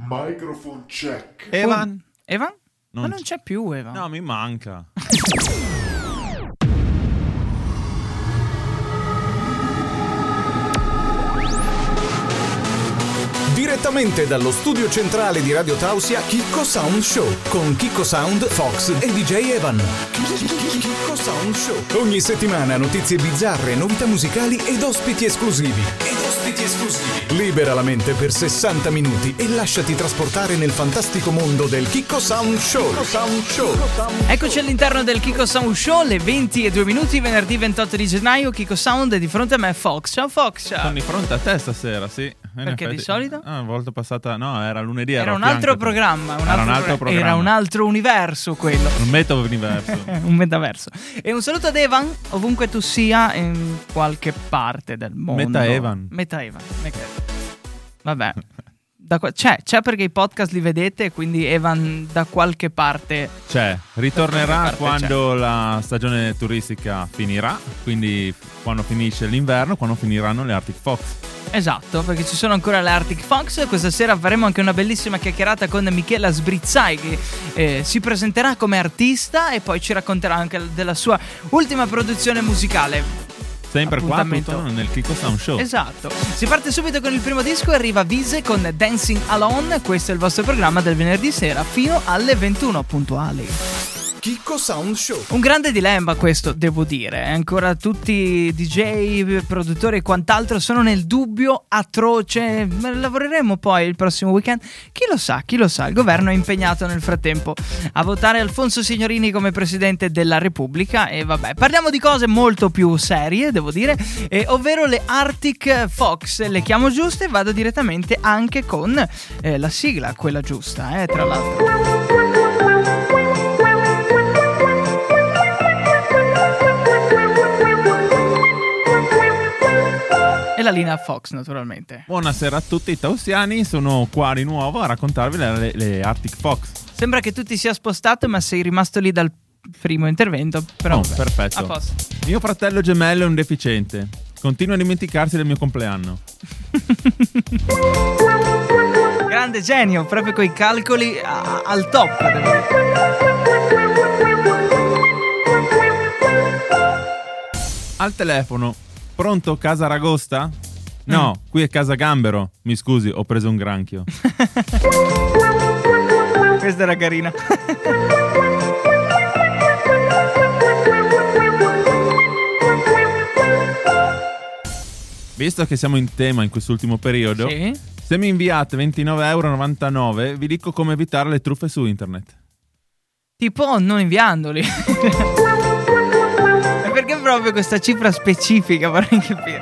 Microphone check. Evan? Evan? Ma Non non c'è più Evan. No, mi manca. Direttamente dallo studio centrale di Radio Tausia, Chicco Sound Show con Chicco Sound, Fox e DJ Evan. Chicco Sound Show. Ogni settimana notizie bizzarre, novità musicali ed ospiti esclusivi. Ed ospiti esclusivi. Libera la mente per 60 minuti e lasciati trasportare nel fantastico mondo del Chicco Sound Show. Chicco Sound Show. Eccoci all'interno del Kiko Sound Show, le 20 e 2 minuti, venerdì 28 di gennaio. Kiko Sound è di fronte a me, Fox. Ciao Fox. Sono di fronte a te stasera, sì. In Perché di solito? Ah, una volta passata, no, era lunedì. ero Era a un fianco altro a te. programma, un Era altro un altro pro- era programma. un altro universo quello. Un metodo universo. Eh, un metaverso. E un saluto ad Evan, ovunque tu sia, in qualche parte del mondo. Meta Evan. Meta Evan. Meta Evan. Vabbè. Da qua- c'è, c'è perché i podcast li vedete, quindi Evan da qualche parte. Cioè, ritornerà Da qualche parte certo. quando la stagione turistica finirà, quindi quando finisce l'inverno, quando finiranno le Arctic Fox. Esatto, perché ci sono ancora le Arctic Fox. Questa sera faremo anche una bellissima chiacchierata con Michela Sbrizzai, che eh, si presenterà come artista e poi ci racconterà anche della sua ultima produzione musicale. Sempre qua Appuntamento. tutto nel Kiko Sound Show. Esatto. Si parte subito con il primo disco e arriva Vise con Dancing Alone. Questo è il vostro programma del venerdì sera fino alle 21 puntuali. Chicco Sound Show. Un grande dilemma questo, devo dire. Eh, Ancora tutti DJ, produttori e quant'altro sono nel dubbio atroce. Ma Lavoreremo poi il prossimo weekend. Chi lo sa, chi lo sa. Il governo è impegnato nel frattempo a votare Alfonso Signorini come presidente della Repubblica. E vabbè, parliamo di cose molto più serie, devo dire. eh, ovvero le Arctic Fox. Le chiamo giuste e vado direttamente anche con eh, la sigla, quella giusta, eh, tra l'altro. E la linea Fox, naturalmente. Buonasera a tutti i tausiani, sono qua di nuovo a raccontarvi le, le- le Arctic Fox. Sembra che tu ti sia spostato, ma sei rimasto lì dal primo intervento. Però Oh, vabbè. perfetto. A posto. Mio fratello gemello è un deficiente. Continua a dimenticarsi del mio compleanno. Grande genio, proprio coi calcoli a- al top. devo dire. Al telefono, pronto Casa Ragosta? No, Mm. qui è Casa Gambero. Mi scusi, ho preso un granchio. Questa era carina. Visto che siamo in tema in quest'ultimo periodo, Sì. se mi inviate 29,99 euro, vi dico come evitare le truffe su internet. Tipo oh, non inviandoli. E Perché proprio questa cifra specifica vorrei capire?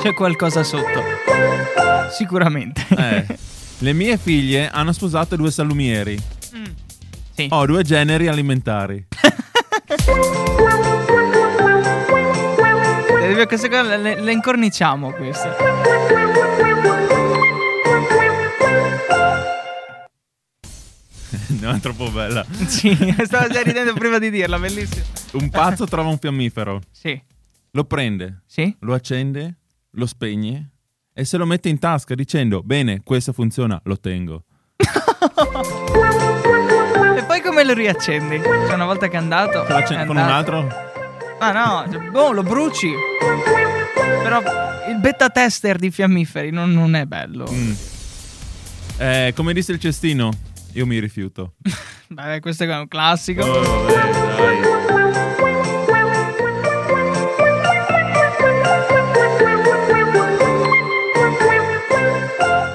C'è qualcosa sotto. Sicuramente. Eh, le mie figlie hanno sposato due salumieri. Mm. Sì. Ho due generi alimentari. Eh, queste cose le, le- le incorniciamo queste. non è troppo bella. Sì, stavo già ridendo prima di dirla, bellissimo. Un pazzo trova un fiammifero, Sì. lo prende, Sì? lo accende, lo spegne e se lo mette in tasca dicendo bene, questo funziona, lo tengo. E poi come lo riaccendi? Cioè una volta che è andato... Se lo accende è con un andato. altro? Ah no, cioè, boh, lo bruci. Però il beta tester di fiammiferi non, non è bello. Mm. Eh, come disse il cestino, io mi rifiuto. Vabbè, questo è un classico. Oh,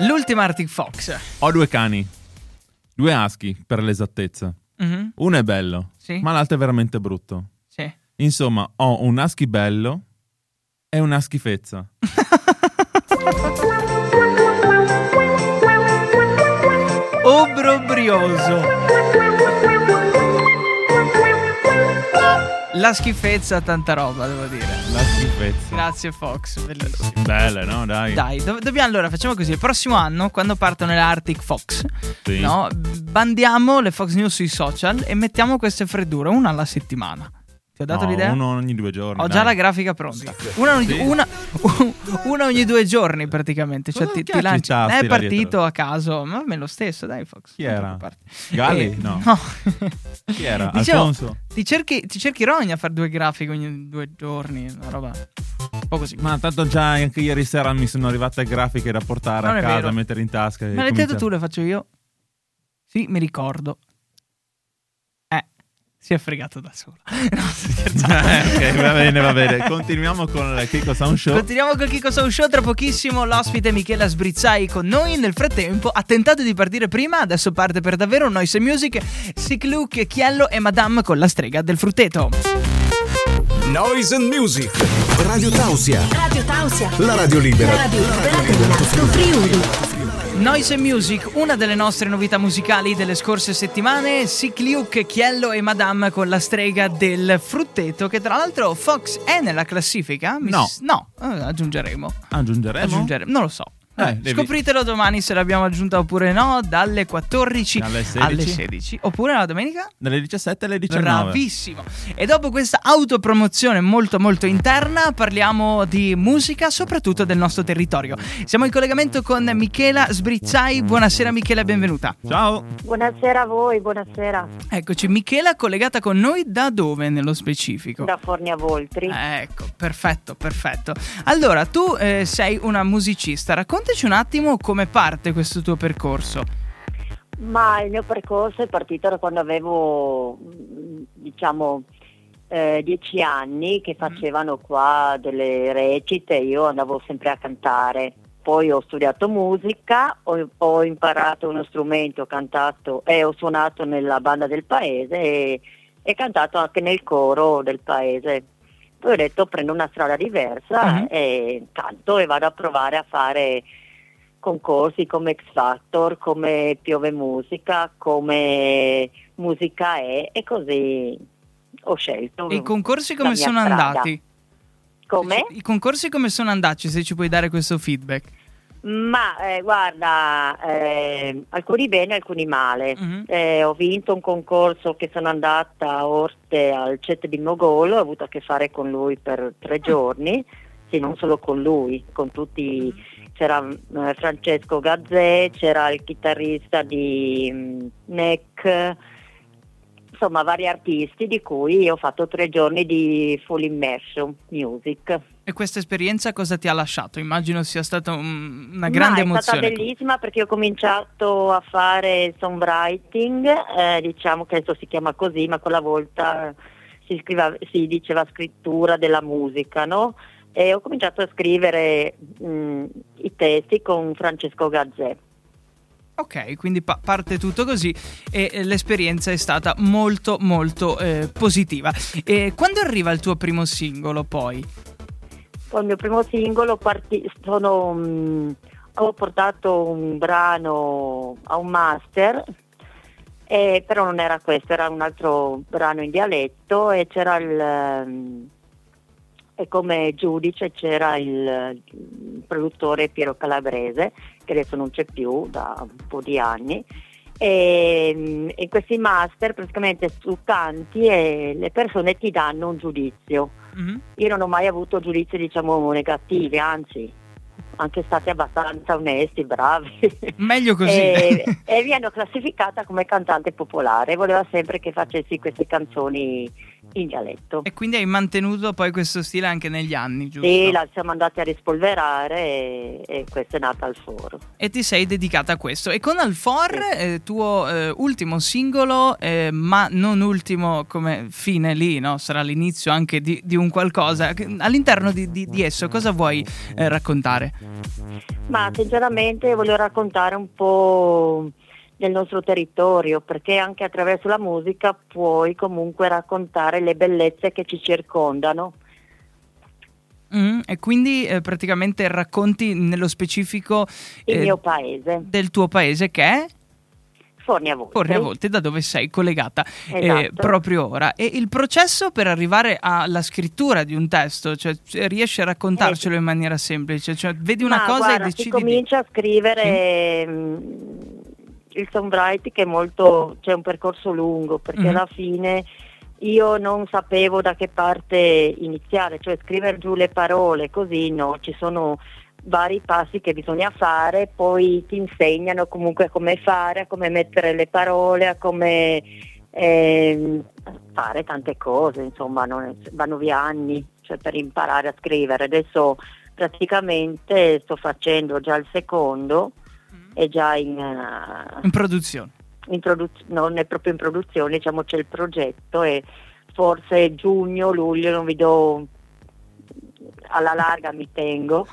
L'ultima Arctic Fox. Ho due cani, due aschi per l'esattezza. Mhm, Uno è bello, Sì. ma l'altro è veramente brutto. Sì. Insomma, ho un aschi bello e una schifezza. Obrobrioso. La schifezza, tanta roba, devo dire. La schifezza. Grazie Fox, bellissimo. Bella, no? Dai. Dai, do- dobbiamo allora, facciamo così, il prossimo anno quando partono le Arctic Fox, Sì. no, bandiamo le Fox News sui social e mettiamo queste freddure, una alla settimana. Ti ho dato No, l'idea? Uno ogni due giorni. Ho già la dai. grafica pronta. Una, ogni- una- una ogni due giorni praticamente. Cioè, Cosa ti, ti cacchio lanci. c'ha È sti là partito dietro? a caso, ma me lo stesso, dai, Fox. Chi non era? preoccuparti. Galli? Eh, No. Chi era? Dicevo, Alfonso? Ti cerchi, ti cerchi rogna a fare due grafiche ogni due giorni, una roba. Un po' così. Ma tanto già anche ieri sera mi sono arrivate grafiche da portare Non a è casa, vero. mettere in tasca. e Me l'hai detto cominciare. tu, le faccio io. Sì, mi ricordo. Eh, si è fregato da sola. No, sto scherzando. Eh, ok, va bene, va bene. Continuiamo con il Kiko Sound Show. Continuiamo col Kiko Sound Show, tra pochissimo l'ospite Michela Sbrizzai con noi. Nel frattempo ha tentato di partire prima, adesso parte per davvero Noise and Music, Sick Luke, Chiello e Madame con la strega del frutteto. Noise and Music. Radio Tausia. Radio Tausia. La radio libera. La radio libera dell'Alto Friuli. Noise and Music, una delle nostre novità musicali delle scorse settimane, Sick Luke, Chiello e Madame con la strega del frutteto, che tra l'altro Fox è nella classifica? Mi No. s- no, eh, aggiungeremo. Aggiungeremo? aggiungere. Non lo so. Eh, Eh, devi- Scopritelo domani se l'abbiamo aggiunta oppure no, dalle 14 Dalle 16. alle 16. Oppure la domenica? Dalle 17 alle 19. Bravissimo. E dopo questa autopromozione molto molto interna parliamo di musica, soprattutto del nostro territorio. Siamo in collegamento con Michela Sbrizzai. Buonasera Michela, e benvenuta. Ciao. Buonasera a voi, buonasera Eccoci, Michela collegata con noi da dove nello specifico? da Fornia Voltri. Ecco, perfetto, perfetto. Allora, tu eh, sei una musicista, raccontaci un attimo come parte questo tuo percorso. Ma il mio percorso è partito da quando avevo, mm, diciamo, eh, dieci anni che facevano qua delle recite, io andavo sempre a cantare. Poi ho studiato musica, ho, ho imparato uno strumento, ho cantato e ho suonato nella banda del paese e, e cantato anche nel coro del paese. Poi ho detto prendo una strada diversa Mhm. e canto e vado a provare a fare concorsi come X Factor, come Piove Musica, come Musica E e così ho scelto. E I concorsi come la mia sono strada. andati? Come? I concorsi come sono andati, se ci puoi dare questo feedback. Ma eh, guarda, eh, alcuni bene, alcuni male. Mhm. Eh, ho vinto un concorso che sono andata a Orte al CET di Mogolo, ho avuto a che fare con lui per tre giorni, sì, non solo con lui, con tutti, c'era eh, Francesco Gazzè, c'era il chitarrista di mm, Neck, insomma vari artisti di cui ho fatto tre giorni di full immersion music. E questa esperienza cosa ti ha lasciato? Immagino sia stata un- una Ma grande È stata emozione. bellissima perché ho cominciato a fare songwriting, eh, diciamo che adesso si chiama così, ma quella volta eh, si, scriva- si diceva scrittura della musica, no? E ho cominciato a scrivere mh, i testi con Francesco Gazzè. Ok, quindi pa- parte tutto così e eh, l'esperienza è stata molto molto eh, positiva. E quando arriva il tuo primo singolo poi? Poi il mio primo singolo parti- sono, mh, ho portato un brano a un master, eh, però non era questo, era un altro brano in dialetto e c'era il... ehm, e come giudice c'era il, eh, il produttore Piero Calabrese, che adesso non c'è più da un po' di anni. E, mm, e questi master praticamente tu canti e le persone ti danno un giudizio Mhm. io non ho mai avuto giudizi diciamo negativi, anzi anche stati abbastanza onesti, bravi. Meglio così. E, e mi hanno classificata come cantante popolare, voleva sempre che facessi queste canzoni in dialetto. E quindi hai mantenuto poi questo stile anche negli anni, giusto? Sì, la siamo andati a rispolverare e, e questa è nata al foro. E ti sei dedicata a questo. E con Alfor, eh, tuo eh, ultimo singolo, eh, ma non ultimo come fine lì, no? sarà l'inizio anche di, di un qualcosa. Che- All'interno di, di- di esso cosa vuoi eh, raccontare? Ma Mm. sinceramente voglio raccontare un po' del nostro territorio, perché anche attraverso la musica puoi comunque raccontare le bellezze che ci circondano. Mm, e quindi eh, praticamente racconti nello specifico Il eh, mio paese. del tuo paese che è Forni a voi. Porre a volte da dove sei collegata eh, Esatto. proprio ora. E il processo per arrivare alla scrittura di un testo, cioè c- riesci a raccontarcelo in maniera semplice, cioè vedi una Ma cosa guarda, e decidi si di- Mm. comincia a scrivere mm, mh, il songwriting che è molto c'è un percorso lungo perché Mhm. alla fine io non sapevo da che parte iniziare, cioè scrivere giù le parole, così no, ci sono vari passi che bisogna fare, poi ti insegnano comunque come fare, a come mettere le parole, a come ehm, fare tante cose, insomma, non- vanno via anni cioè, per imparare a scrivere. Adesso praticamente sto facendo già il secondo, è già in, eh, In produzione. in produ- non è proprio in produzione, diciamo c'è il progetto e forse giugno, luglio non vi do alla larga mi tengo,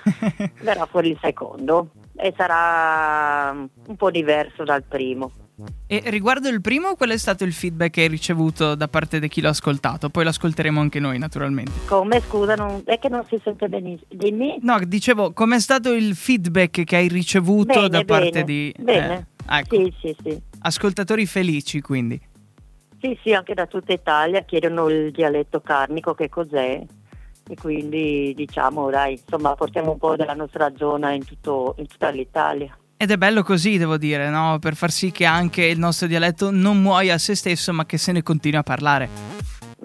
verrà fuori il secondo e sarà un po' diverso dal primo. E riguardo il primo, qual è stato il feedback che hai ricevuto da parte di chi l'ha ascoltato? Poi l'ascolteremo anche noi, naturalmente. Come scusa, non- è che non si sente benissimo. Dimmi, No, dicevo, com'è stato il feedback che hai ricevuto Bene, da parte bene, di... bene. eh, ecco, sì, sì, sì. ascoltatori felici, quindi. Sì, sì, anche da tutta Italia chiedono il dialetto carnico che cos'è e quindi diciamo dai, insomma portiamo un po' della nostra zona in, tutto- in tutta l'Italia. Ed è bello così, devo dire, no? Per far sì che anche il nostro dialetto non muoia a se stesso, ma che se ne continui a parlare.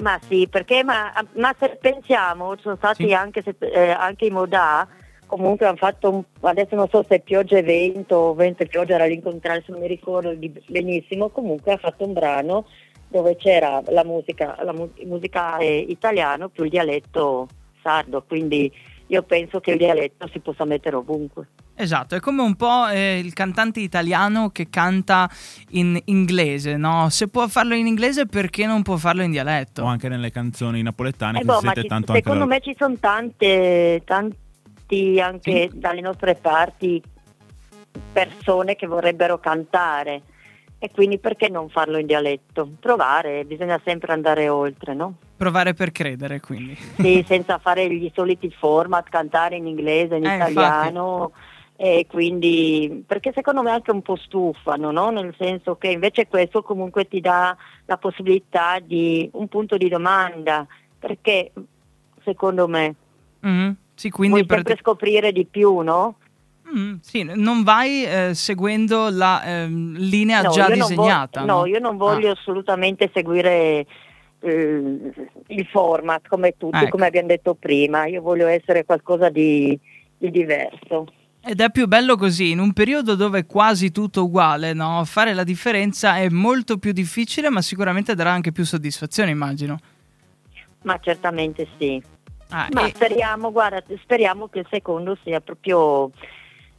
Ma sì, perché ma, ma se pensiamo, sono stati Sì. anche, se- eh, anche i Modà, comunque hanno fatto, un- adesso non so se pioggia e vento, o vento e pioggia era l'incontrare, se non mi ricordo di- benissimo, comunque ha fatto un brano dove c'era la musica, la mu- musica eh, italiano più il dialetto sardo, quindi io penso che il dialetto si possa mettere ovunque. Esatto, è come un po' eh, il cantante italiano che canta in inglese, no? Se può farlo in inglese, perché non può farlo in dialetto? O anche nelle canzoni napoletane Eh che boh, si ma sente ci- tanto anche secondo la- me ci sono tante, tanti anche dalle nostre parti persone che vorrebbero cantare e quindi perché non farlo in dialetto? Provare, bisogna sempre andare oltre, no? Provare per credere, quindi. Sì, senza fare gli soliti format, cantare in inglese, in Eh, infatti. italiano. E quindi, perché secondo me è anche un po' stufano, no? nel senso che invece questo comunque ti dà la possibilità di un punto di domanda, perché secondo me Mhm. Sì, quindi vuoi sempre per... scoprire di più, no? Mm, sì, non vai eh, seguendo la ehm, linea No, già io non vo- disegnata. Ah. no, io non voglio assolutamente seguire eh, il format come tutti, Ecco. come abbiamo detto prima, io voglio essere qualcosa di- di diverso. Ed è più bello così, in un periodo dove è quasi tutto uguale, no? Fare la differenza è molto più difficile, ma sicuramente darà anche più soddisfazione, immagino. Ma certamente sì. Ah, Ma e- speriamo, guarda, speriamo che il secondo sia proprio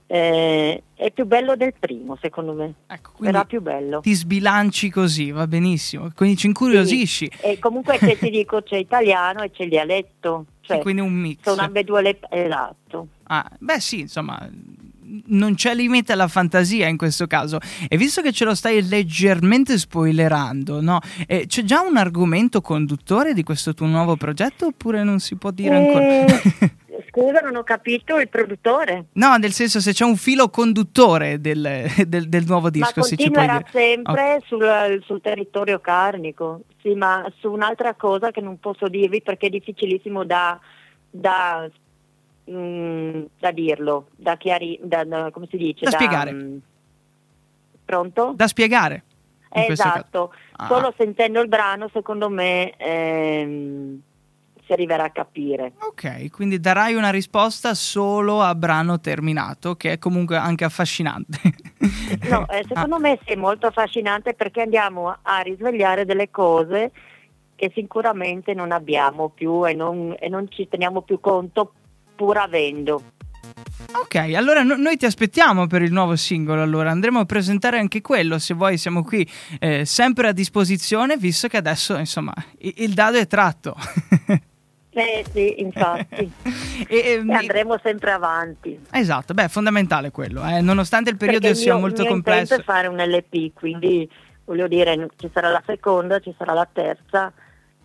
eh, è più bello del primo, secondo me. ecco, quindi Sarà più bello. ti sbilanci così, va benissimo. Quindi ci incuriosisci. E comunque che ti dico c'è italiano e c'è il dialetto, cioè E quindi un mix. sono ambedue le esatto. Ah, beh, sì, insomma, non c'è limite alla fantasia in questo caso. E visto che ce lo stai leggermente spoilerando, no? Eh, c'è già un argomento conduttore di questo tuo nuovo progetto oppure non si può dire ancora? Eh, Scusa, non ho capito il produttore. No, nel senso se c'è un filo conduttore del, del- del nuovo disco, ma se ci puoi continuerà dire. Ah. sempre sul, sul territorio carnico, sì, ma su un'altra cosa che non posso dirvi perché è difficilissimo da, da, mm, da dirlo, da chiarire, come si dice? Da spiegare. mm, pronto? Da spiegare. in questo caso. esatto, Ah. solo sentendo il brano secondo me ehm, si arriverà a capire. Ok, quindi darai una risposta solo a brano terminato, che è comunque anche affascinante. Ah, No, eh, secondo me sì, è molto affascinante perché andiamo a risvegliare delle cose che sicuramente non abbiamo più e non, e non ci teniamo più conto pur avendo. Ah, Ok, allora no- noi ti aspettiamo per il nuovo singolo, allora andremo a presentare anche quello, se vuoi siamo qui eh, sempre a disposizione, visto che adesso insomma i- il, dado è tratto. Eh sì, infatti. E, ehm, e andremo sempre avanti. Esatto, beh, è fondamentale quello, eh, nonostante il periodo Perché il sia mio- molto il mio complesso. intento è fare un LP, quindi voglio dire ci sarà la seconda, ci sarà la terza,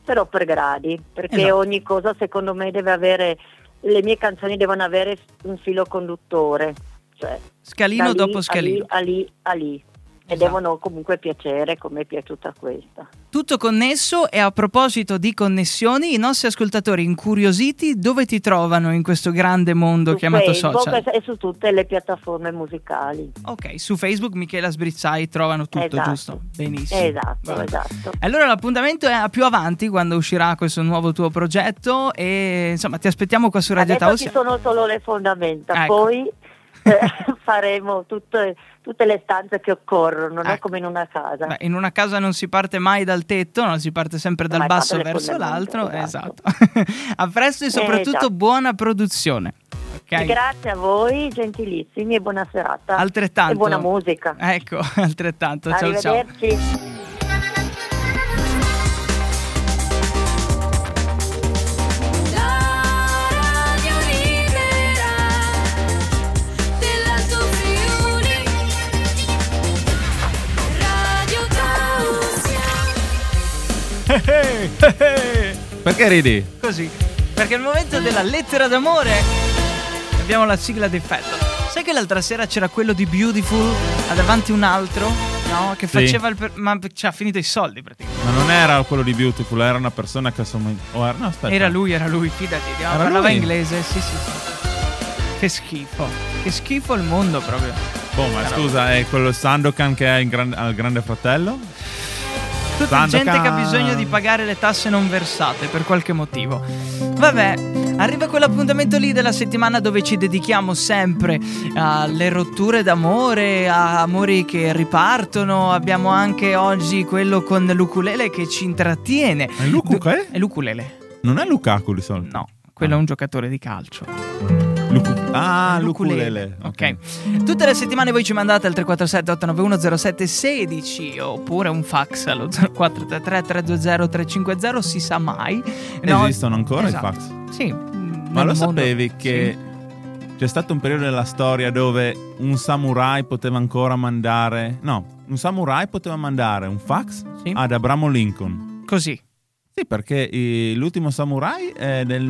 però per gradi, perché Esatto. ogni cosa secondo me deve avere, le mie canzoni devono avere un filo conduttore. Cioè, Scalino da lì dopo a scalino. Esatto. lì, a lì, a lì. e devono comunque piacere come è piaciuta questa. Tutto connesso e a proposito di connessioni, i nostri ascoltatori incuriositi dove ti trovano in questo grande mondo Su chiamato Facebook social? e su tutte le piattaforme musicali. Ok, su Facebook Michela Sbrizzai trovano tutto, Esatto. giusto? Benissimo. Esatto, Va. esatto. Allora l'appuntamento è a più avanti quando uscirà questo nuovo tuo progetto e insomma ti aspettiamo qua su Radio Adesso ci Tausia. sono solo le fondamenta, Ecco. poi eh, faremo tutte, tutte le stanze che occorrono, non è Ecco. come in una casa. Beh, in una casa non si parte mai dal tetto, no? si parte sempre dal Ma è basso parte del verso fondamento, l'altro. Esatto. esatto. a presto e soprattutto esatto. buona produzione. Ok? Grazie a voi, gentilissimi e buona serata. Altrettanto. E buona musica. Ecco, altrettanto. Ciao ciao. Arrivederci. La radio libera dell'Alto Friuli Radio Tausia Eh, Perché ridi? Così. Perché è il momento della lettera d'amore. Abbiamo la sigla d'effetto. Sai che l'altra sera c'era quello di Beautiful ha davanti un altro? No, che faceva il. per- ma ci ha finito i soldi praticamente. Ma non era quello di Beautiful, era una persona che assomiglia. o era- no, aspetta. Era lui, era lui, fidati. no, Era parlava lui? inglese, sì, sì, sì. Che schifo. Che schifo il mondo proprio. Boh, ma scusa, è quello Sandokan che è in gran- al Grande Fratello? Tutta Sandokan. gente che ha bisogno di pagare le tasse non versate per qualche motivo. Vabbè, arriva quell'appuntamento lì della settimana dove ci dedichiamo sempre alle rotture d'amore, a amori che ripartono. Abbiamo anche oggi quello con l'ukulele che ci intrattiene. È l'ukulele? Do- È l'ukulele? Non è Lukaku di solito. No, quello è un giocatore di calcio. Luku- ah, L'ukulele. l'ukulele. ok. Tutte le settimane voi ci mandate al 347-891-0716 oppure un fax allo 0433-320-350, si sa mai. Esatto. Esistono ancora i fax? Sì. Ma lo sapevi che c'è stato un periodo nella storia dove un samurai poteva ancora mandare. No, un samurai poteva mandare un fax Sì. ad Abramo Lincoln. Così. Sì, perché eh, l'ultimo samurai è del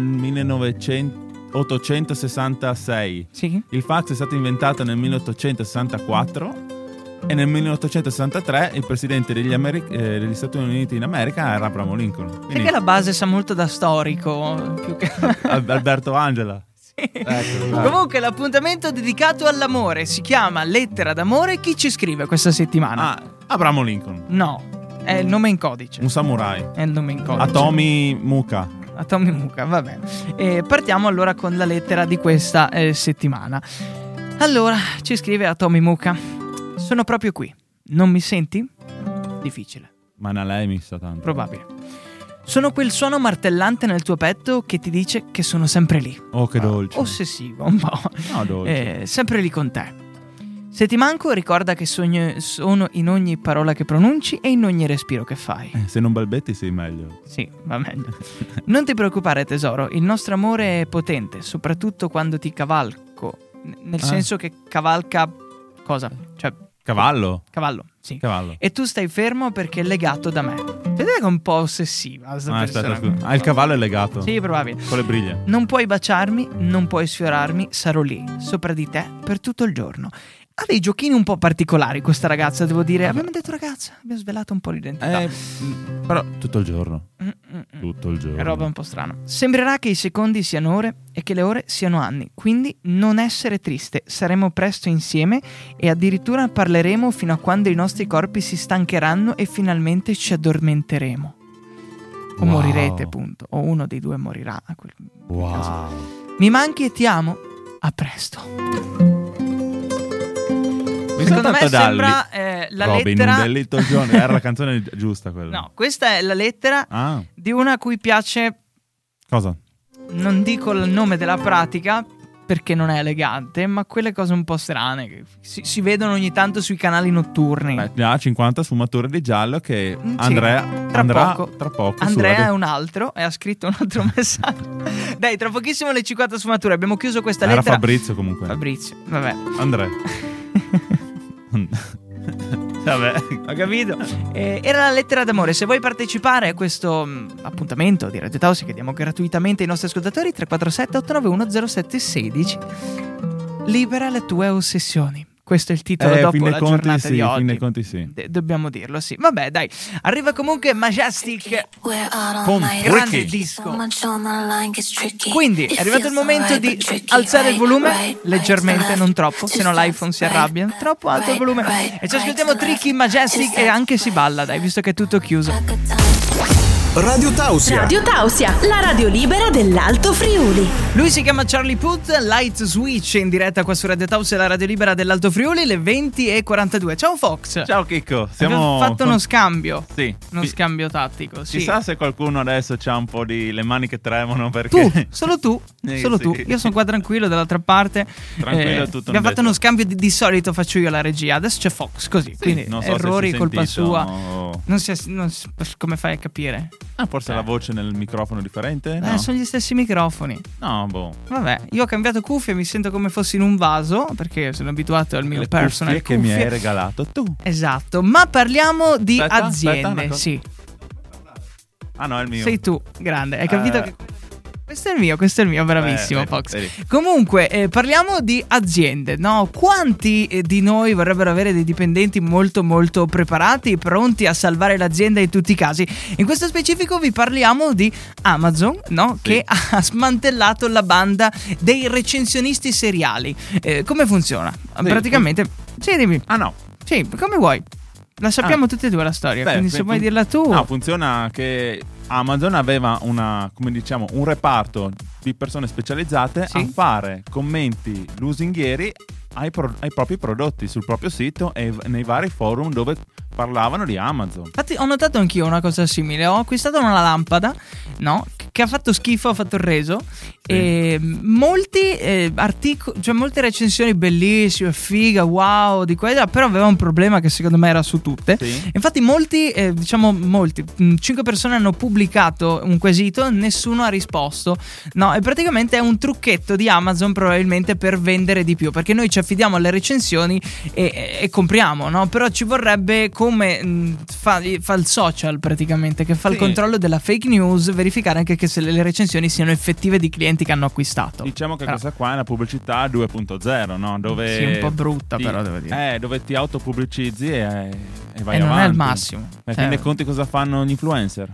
1866. Sì. Il fax è stato inventato nel 1864 e nel 1863 il presidente degli, Ameri- eh, degli Stati Uniti in America era Abramo Lincoln. Sai Quindi, che la base sa molto da storico, più che... Al- Alberto Angela. Sì. Ecco, dai. Comunque l'appuntamento dedicato all'amore si chiama Lettera d'amore. Chi ci scrive questa settimana? Ah, Abramo Lincoln, No, è il nome in codice. un samurai. È il nome in codice. Atomi Muka. a Tommy Muca, vabbè. E partiamo allora con la lettera di questa eh, settimana. Allora, ci scrive a Tommy Muca. Sono proprio qui. Non mi senti? Difficile, Ma non lei mi sta tanto. probabile. Sono quel suono martellante nel tuo petto che ti dice che sono sempre lì. Oh, che dolce. Ossessivo, un po'. No, dolce. Ah. Eh, sempre lì con te. Se ti manco, ricorda che sogno- sono in ogni parola che pronunci e in ogni respiro che fai. Eh, Se non balbetti sei meglio. Sì, va meglio. Non ti preoccupare, tesoro, il nostro amore è potente, soprattutto quando ti cavalco. N- Nel Ah. senso che cavalca. cosa? Cioè, Cavallo. cavallo, sì. Cavallo. e tu stai fermo perché è legato da me. Vedete che è un po' ossessiva. sta Ah, persona. aspetta, scusa. Ah, il cavallo è legato. Sì, probabile. Con le briglie. Non puoi baciarmi, non puoi sfiorarmi, sarò lì, sopra di te, per tutto il giorno. Ha dei giochini un po' particolari questa ragazza, devo dire. Abbiamo detto ragazza, abbiamo svelato un po' l'identità. Eh, mh, però tutto il giorno. Mm, mm, mm. Tutto il giorno. È roba un po' strana. Sembrerà che i secondi siano ore e che le ore siano anni, quindi non essere triste, saremo presto insieme e addirittura parleremo fino a quando i nostri corpi si stancheranno e finalmente ci addormenteremo. O Wow. morirete, punto. O uno dei due morirà. a quel- caso. Wow. Mi manchi e ti amo. A presto. Mm. Mi sa Secondo me tanto Dalli. sembra eh, la Robin, lettera... un bellito giorno. Era la canzone giusta quella. no, questa è la lettera Ah, di una a cui piace cosa? non dico il nome della pratica perché non è elegante, ma quelle cose un po' strane che si, si vedono ogni tanto sui canali notturni. Beh, ha 50 sfumature di giallo che Mm, sì. Andrea Tra andrà poco. tra poco. Andrea è su Radio- un altro e ha scritto un altro messaggio. Dai, tra pochissimo le 50 sfumature. Abbiamo chiuso questa Era lettera. Fabrizio comunque. Fabrizio, vabbè. Andrea. Vabbè. Ho capito. Eh, era la lettera d'amore. Se vuoi partecipare a questo mh, appuntamento di Radio Tausi che diamo gratuitamente ai nostri ascoltatori, 347 891 0716, libera le tue ossessioni. Questo è il titolo Eh, dopo fin dei la conti giornata sì, di fin oggi. dei conti sì. De- dobbiamo dirlo, sì. Vabbè, dai. Arriva comunque Majestic. Con grande Ricky. disco. Quindi è arrivato il momento di alzare il volume leggermente, non troppo, se no l'iPhone si arrabbia. Troppo alto il volume. E ci ascoltiamo Tricky Majestic e anche si balla, dai, visto che è tutto chiuso. Radio Tausia. Radio Tausia, la radio libera dell'Alto Friuli. Lui si chiama Charlie Puth, Light Switch in diretta qua su Radio Taus e la radio libera dell'Alto Friuli, le 20.42. Ciao Fox. Ciao Chicco, siamo... Abbiamo fatto uno scambio. Sì. Uno Ci- scambio tattico, sì. Chissà se qualcuno adesso ha un po' di le mani che tremono Tu, perché... solo tu, Eh, solo sì. tu. Io sono qua tranquillo dall'altra parte. Eh, Tranquillo, tutto un Abbiamo fatto detto. uno scambio di, di solito faccio io la regia, adesso c'è Fox così, quindi non so se errori si è colpa sentito, sua. o- Non si è- non si- come fai a capire? Ah, forse Eh. la voce nel microfono è differente? Eh, No, sono gli stessi microfoni. no boh. Vabbè, io ho cambiato cuffie, mi sento come fossi in un vaso, perché sono abituato al mio Le personal cuffie che mi hai regalato tu. Esatto, ma parliamo di Aspetta, aziende. aspetta, una cosa. sì, Ah no, è il mio. sei tu, grande. Hai capito Eh. che questo è il mio, questo è il mio, bravissimo Eh, vedi, Fox. vedi. Comunque, eh, parliamo di aziende, no? Quanti eh, di noi vorrebbero avere dei dipendenti molto molto preparati, pronti a salvare l'azienda in tutti i casi? In questo specifico vi parliamo di Amazon, no? Che ha smantellato la banda dei recensionisti seriali. Eh, come funziona? Praticamente... Sì, dimmi. Ah no. Sì, come vuoi. La sappiamo Ah. tutti e due la storia, Beh, Ah, quindi se fun- vuoi dirla tu. No, funziona che Amazon aveva una, come diciamo, un reparto di persone specializzate Sì. a fare commenti lusinghieri ai, pro- ai propri prodotti sul proprio sito e v- nei vari forum dove parlavano di Amazon. Infatti ho notato anch'io una cosa simile, ho acquistato una lampada, no? Che ha fatto schifo, ha fatto il reso. E molti eh, articoli, cioè molte recensioni bellissime, figa, wow, di qua e di là, però aveva un problema che secondo me era su tutte. Sì. Infatti molti, eh, diciamo molti, 5 persone hanno pubblicato un quesito, nessuno ha risposto. No, e praticamente è un trucchetto di Amazon probabilmente per vendere di più, perché noi ci affidiamo alle recensioni e, e- e compriamo, no? Però ci vorrebbe come mh, fa, fa il social praticamente, che fa il Sì. controllo della fake news, verificare anche che se le, le recensioni siano effettive di clienti che hanno acquistato. Ah, Diciamo che Però- questa qua è una pubblicità 2.0, no? Dove Sì, un po' brutta, però, devo dire. Eh, dove ti autopubblicizzi e, e vai Eh, avanti. non è il massimo. Ma Cioè- fin dei conti cosa fanno gli influencer?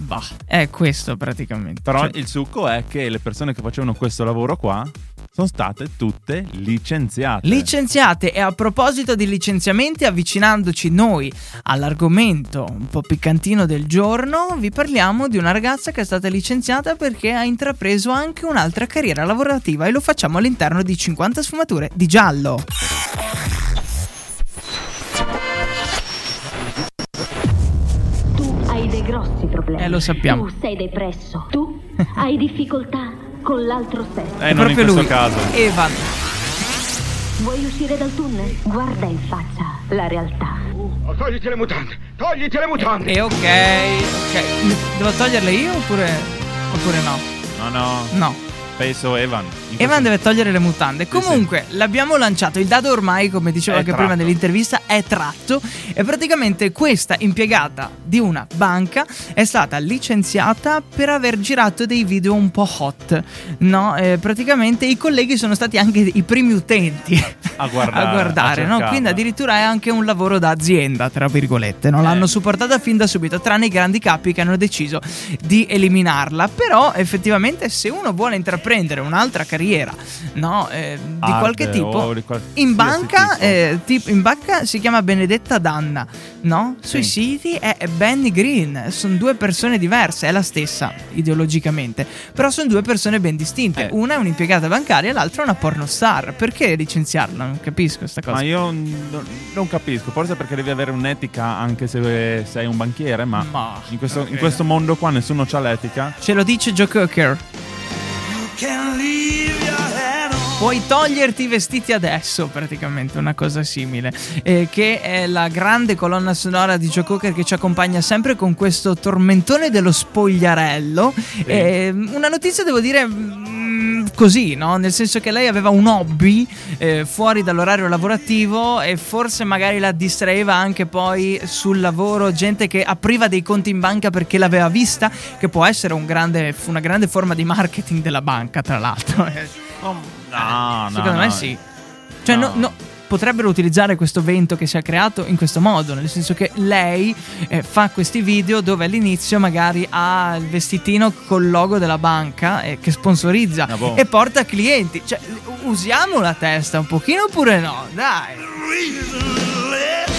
Bah, è questo praticamente. Però Cioè- il succo è che le persone che facevano questo lavoro qua sono state tutte licenziate. Licenziate e a proposito di licenziamenti, avvicinandoci noi all'argomento un po' piccantino del giorno, vi parliamo di una ragazza che è stata licenziata perché ha intrapreso anche un'altra carriera lavorativa e lo facciamo all'interno di 50 sfumature di giallo. Tu hai dei grossi problemi. Eh, lo sappiamo. Tu sei depresso. Tu hai difficoltà con l'altro sesso. eh, non in Proprio questo lui, caso. Evan. Vuoi uscire dal tunnel? Guarda in faccia la realtà. Togliti le mutande! Togliti le mutande! E ok, ok. Devo toglierle io oppure, oppure no? No, no, No. penso Evan. In Evan questo- deve togliere le mutande. Comunque, l'abbiamo lanciato. Il dado ormai, come dicevo È anche tratto. prima nell'intervista, è tratto. E praticamente questa impiegata di una banca è stata licenziata per aver girato dei video un po' hot. No, Eh, praticamente i colleghi sono stati anche i primi utenti. A guardare, a a guardare no? cercarla. quindi addirittura è anche un lavoro da azienda tra virgolette Eh. no? l'hanno supportata fin da subito tranne i grandi capi che hanno deciso di eliminarla però effettivamente se uno vuole intraprendere un'altra carriera no? eh, di Arte qualche o tipo di qual- qualsiasi in banca tipo. eh, tipo- in banca si chiama Benedetta Danna no? sui Sì. siti è è Benny Green sono due persone diverse è la stessa ideologicamente però sono due persone ben distinte Eh. una è un'impiegata bancaria e l'altra è una pornostar perché licenziarla? non capisco questa cosa Ma io non, non capisco, forse perché devi avere un'etica anche se sei un banchiere, ma, Ma, in, questo, non in credo. questo mondo qua nessuno c'ha l'etica. Ce lo dice Joe Cocker. Puoi toglierti i vestiti adesso, praticamente, una cosa simile. Eh, che è la grande colonna sonora di Joe Cocker che ci accompagna sempre con questo tormentone dello spogliarello. Eh, una notizia, devo dire. mm, Così, no? Nel senso che lei aveva un hobby eh, fuori dall'orario lavorativo e forse magari la distraeva anche poi sul lavoro, gente che apriva dei conti in banca perché l'aveva vista, che può essere un grande- una grande forma di marketing della banca, tra l'altro. eh. No, no, Secondo no. me sì. Cioè, no. No. no, potrebbero utilizzare questo vento che si è creato in questo modo, nel senso che lei eh, fa questi video dove all'inizio magari ha il vestitino col logo della banca eh, che sponsorizza Ah, boh. e porta clienti. Cioè, usiamo la testa un pochino oppure no? Dai.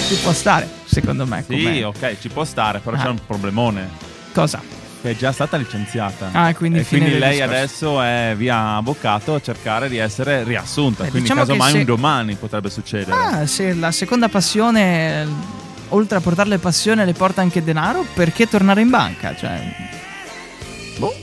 Ci può stare, secondo me, Sì, come ok, ci può stare, però Ah. c'è un problemone. cosa. Che è già stata licenziata. Ah, e quindi e fine quindi del lei discorso. adesso è via avvocato a cercare di essere riassunta. Beh, quindi diciamo che casomai se- un domani potrebbe succedere. Ah, se la seconda passione, oltre a portarle passione, le porta anche denaro, perché tornare in banca? Cioè, Boh.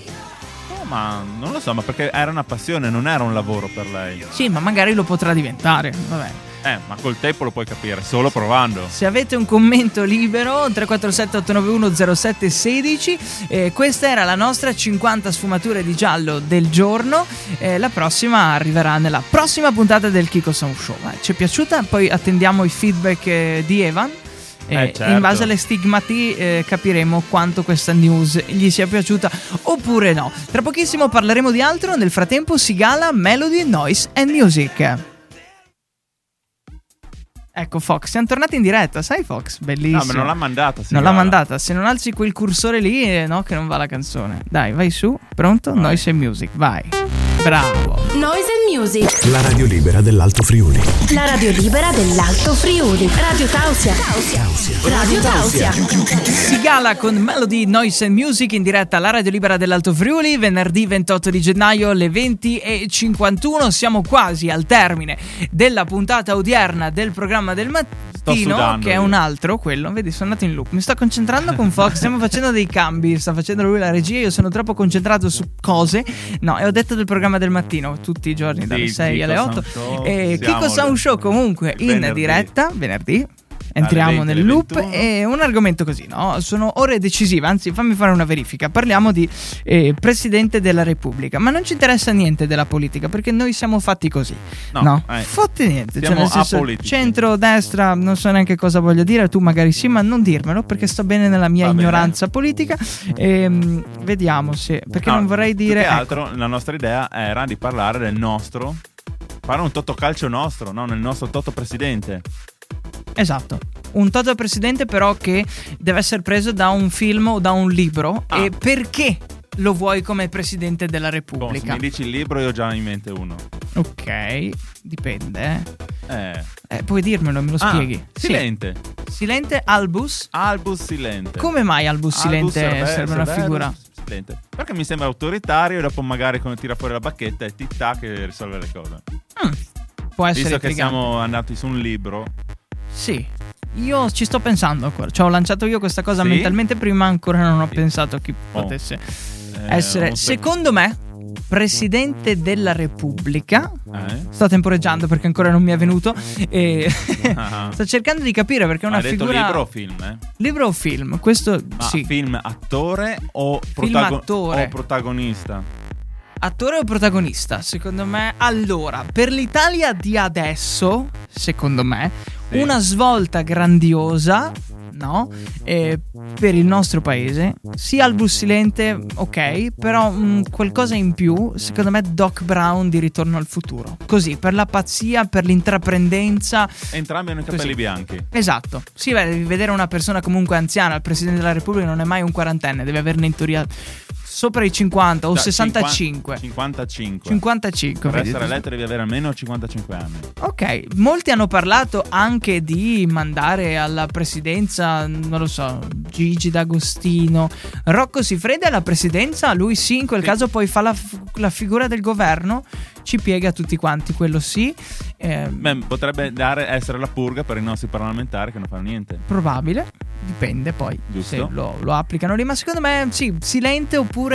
No, ma non lo so, ma perché era una passione, non era un lavoro per lei. sì, ma magari lo potrà diventare. Vabbè. Eh, ma col tempo lo puoi capire, solo provando. Se avete un commento libero, 347-891-0716. eh, questa era la nostra 50 sfumature di giallo del giorno. eh, la prossima arriverà nella prossima puntata del Kiko Sound Show. Eh, ci è piaciuta? Poi attendiamo i feedback eh, di Evan. eh, Eh, certo. In base alle stigmati eh, capiremo quanto questa news gli sia piaciuta oppure no. Tra pochissimo parleremo di altro, nel frattempo si gala Melody, Noise and Music. Ecco Fox, siamo tornati in diretta, sai Fox? Bellissimo. No, ma non l'ha mandata. Non signora. l'ha mandata, se non alzi quel cursore lì, eh, no, che non va la canzone. Dai, vai su, pronto? Noise and Music, vai. Bravo. Noise and Music, La radio libera dell'Alto Friuli. la radio libera dell'Alto Friuli. Radio Tausia. Radio Tausia. Si gala con Melody Noise and Music in diretta alla Radio Libera dell'Alto Friuli venerdì 28 di gennaio alle 20.51. Siamo quasi al termine della puntata odierna del programma del mattino, sudando che è io. un altro, quello. Vedi, sono andato in loop. Mi sto concentrando con Fox, stiamo facendo dei cambi. Sta facendo lui la regia, io sono troppo concentrato su cose. No, e ho detto del programma del mattino tutti i giorni, dalle Sì, 6 alle Kiko 8. Sound Show, E siamo Kiko Sound le- Show comunque il in venerdì. diretta, venerdì. Entriamo 20, nel alle loop 21. e Eh, un argomento così, no? Sono ore decisive, anzi fammi fare una verifica. Parliamo di eh, Presidente della Repubblica, ma non ci interessa niente della politica perché noi siamo fatti così. No, No, eh. fatti niente. cioè, Siamo nel senso, apolitici. centro, destra, non so neanche cosa voglio dire, tu magari sì, ma non dirmelo perché sto bene nella mia Va bene. ignoranza politica. Ehm, vediamo se... Perché No, non vorrei Ah, più dire... ecco, Che altro, la nostra idea era di parlare del nostro. Fare un toto calcio nostro, no? Nel nostro toto presidente. Boh, Esatto. Un Toto Presidente, però, che deve essere preso da un film o da un libro. Ah. E perché lo vuoi come Presidente della Boh, se Repubblica? mi dici il libro, io ho già in mente uno. ok, dipende. Eh. Eh, puoi dirmelo, me lo Ah, spieghi. Sì. Silente. Silente Albus. Albus Silente. Come mai Ah, Albus Albus Silente Cerve- serve una Cervello figura? Silente. Perché mi sembra autoritario e dopo magari quando tira fuori la bacchetta è tic tac e risolve le cose. Può essere Visto che intrigante. siamo andati su un libro. Sì. Io ci sto pensando ancora. Cioè, ho lanciato io questa cosa Sì? mentalmente prima, ancora non ho Sì. pensato a chi Oh. potesse eh, essere. non so- Secondo me, Presidente della Repubblica Eh? Sto temporeggiando perché ancora non mi è venuto. E Ah. sto cercando di capire perché è una Hai detto figura. libro o film? Eh? Libro o film? Questo Ma sì. film attore o, attore. o protagonista? Attore o protagonista? Secondo me. Allora, per l'Italia di adesso, secondo me, Sì. una svolta grandiosa. No, Eh, per il nostro paese, sia Albus Silente, ok, però mm, qualcosa in più, secondo me, Doc Brown di Ritorno al futuro. Così, per la pazzia, per l'intraprendenza, Entrambi hanno i capelli Così. bianchi. Esatto, sì, beh, vedere una persona comunque anziana, il Presidente della Repubblica non è mai un quarantenne, deve averne in teoria sopra i 50 o Da 65. 55. 55. Per vedi? essere eletto devi avere almeno 55 anni. Ok, molti hanno parlato anche di mandare alla presidenza, non lo so, Gigi D'Agostino. Rocco si fredda alla presidenza, lui sì, in quel Sì. caso poi fa la, f- la figura del governo, ci piega tutti quanti, quello sì. Ehm, Beh, potrebbe dare- essere la purga per i nostri parlamentari che non fanno niente. Probabile, dipende poi Giusto. se lo, lo applicano lì, ma secondo me sì, Silente oppure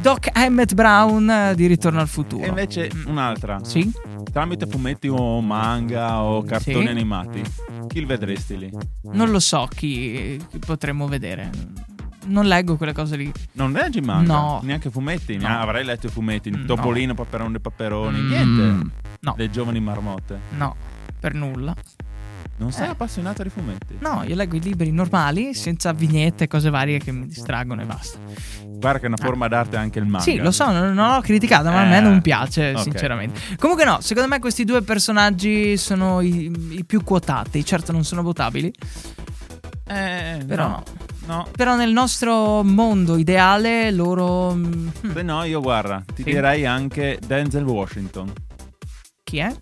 Doc Emmett Brown eh, di Ritorno al futuro. Mm. E invece mm, un'altra. Sì? Tramite fumetti o manga o cartoni Sì. animati, chi il vedresti lì? Non lo so chi, chi potremmo vedere. Non leggo quelle cose lì. Non leggi manga? No. Neanche fumetti? No. Mm, Ah, avrei letto i fumetti. No. Topolino, Paperone, Paperoni, Mm, niente. no. Le giovani marmotte. No, per nulla. Non sei Eh. appassionato di fumetti? No, io leggo i libri normali, senza vignette e cose varie che mi distraggono e basta. Guarda che è una forma d'arte anche il manga. Ah. Sì, lo so, non, non l'ho criticata, ma a Ah, Eh, me non piace, ok. sinceramente. Comunque no, secondo me questi due personaggi sono i, i più quotati. Certo non sono votabili, Eh, Però no. No. però nel nostro mondo ideale loro... mm, hm, Se no, io guarda, ti Sì. direi anche Denzel Washington. chi è?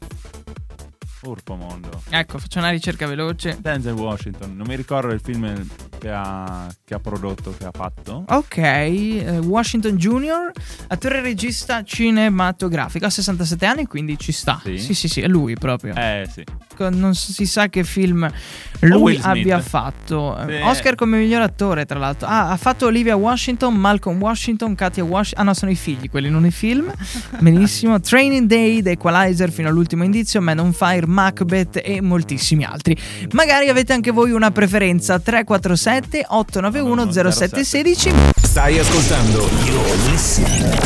Urpo mondo. Ecco, faccio una ricerca veloce. Denzel Washington, non mi ricordo il film che ha, che ha prodotto, che ha fatto. Ok, eh, Washington Jr., attore e regista cinematografico, ha 67 anni quindi ci sta. Sì. sì, sì, sì, è lui proprio. Eh sì. Con- non si sa che film lui Will Smith. abbia fatto. Eh, Sì. Oscar come miglior attore, tra l'altro. Ah, ha fatto Olivia Washington, Malcolm Washington, Katia Washington. Ah, no, sono i figli, quelli non i film. Benissimo. Training Day, The Equalizer fino all'ultimo indizio, Man on Fire, Macbeth e moltissimi altri. Magari avete anche voi una preferenza. 347 891 0716. Stai ascoltando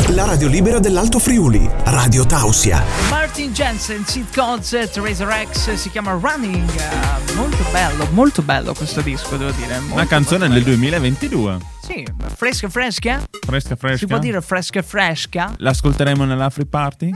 la radio libera dell'Alto Friuli, Radio Tausia. Martin Jensen, Sid Concept, Razor Rex, si chiama Running. Eh, Molto bello, molto bello questo disco, devo dire. Una Molto, canzone molto del bello. 2022. Sì, fresca fresca. Fresca fresca. Si può dire fresca fresca? L'ascolteremo nella free party?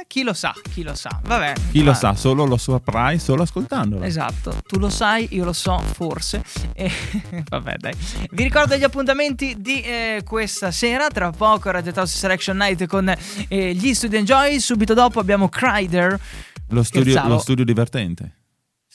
Eh, chi lo sa, chi lo sa. Vabbè. Chi lo ma- sa, solo lo saprai solo ascoltandolo. Esatto, tu lo sai, io lo so, forse. E- vabbè, dai. Vi ricordo gli appuntamenti di eh, questa sera. Tra poco Radio House Selection Night con eh, gli Studio Enjoy. Subito dopo abbiamo Crider. Lo, studio, Scherzavo. lo studio divertente.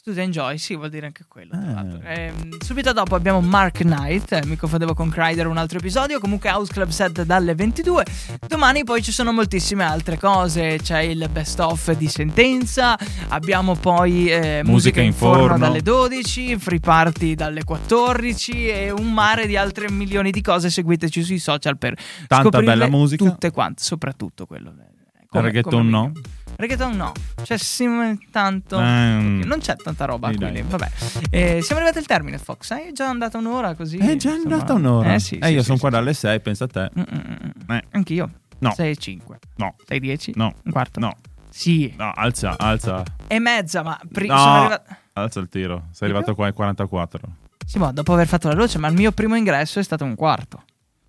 Studio Enjoy, sì, vuol dire anche quello. tra Ah. l'altro. Ehm, subito dopo abbiamo Mark Knight, eh, mi confondevo con Crider un altro episodio, comunque House Club 7 dalle 22. Domani poi ci sono moltissime altre cose, c'è il best of di Sentenza, abbiamo poi eh, Musica in forno, dalle 12, Free Party dalle 14 e un mare di altre milioni di cose. Seguiteci sui social per Tanta scoprirle bella musica. tutte quante, soprattutto quello. eh, Il reggaeton no. Reggaeton no, c'è sim- tanto. Ehm. Non c'è tanta roba Sì, quindi dai. vabbè. Eh, siamo arrivati al termine, Fox. eh? È già andata un'ora così. È già insomma. andata un'ora. Eh sì. Eh, sì, io sì, sono sì, qua dalle 6, pensa a te. sì. Mm, mm, mm. Eh, Anch'io. No. 6 e 5. no, 6 10. no. Un quarto. No, Sì. no, alza, alza. E mezza, ma pri- No, sono arrivata. alza il tiro. Sei arrivato qua ai 44. Sì, ma dopo aver fatto la veloce, ma il mio primo ingresso è stato un quarto.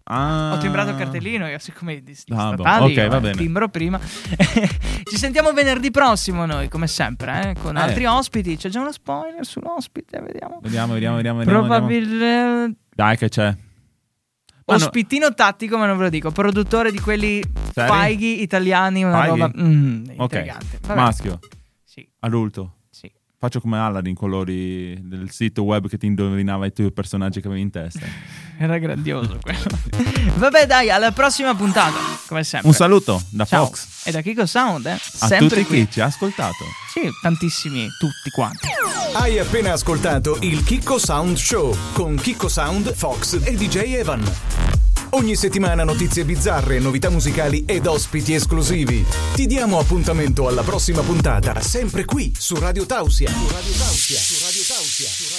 Ah. Ho timbrato il cartellino, io siccome di, di Ah, boh. statali, Ok, io, va eh, bene. timbro prima. Ci sentiamo venerdì prossimo noi, come sempre, eh, con Eh. altri ospiti. C'è già uno spoiler sull'ospite, vediamo. Vediamo, vediamo, vediamo. vediamo, vediamo. Probabilmente Dai, che c'è. Ma no- Ospitino tattico, ma non ve lo dico. Produttore di quelli Seri? paighi italiani, una Paighi? roba mm, intrigante. Ok, Vabbè. maschio, Sì, adulto. sì. Faccio come Aladdin, colori del sito web che ti indovinava i tuoi personaggi che avevi in testa. Era grandioso quello. Vabbè, dai, alla prossima puntata. Come sempre. Un saluto da Ciao. Fox E da Kiko Sound, eh. a Sempre tutti qui. chi ci ha ascoltato. Sì, tantissimi, tutti quanti. Hai appena ascoltato il Kiko Sound Show con Kiko Sound, Fox e DJ Evan. Ogni settimana notizie bizzarre, novità musicali ed ospiti esclusivi. Ti diamo appuntamento alla prossima puntata, sempre qui su Radio Tausia. Su Radio Tausia. Su Radio Tausia.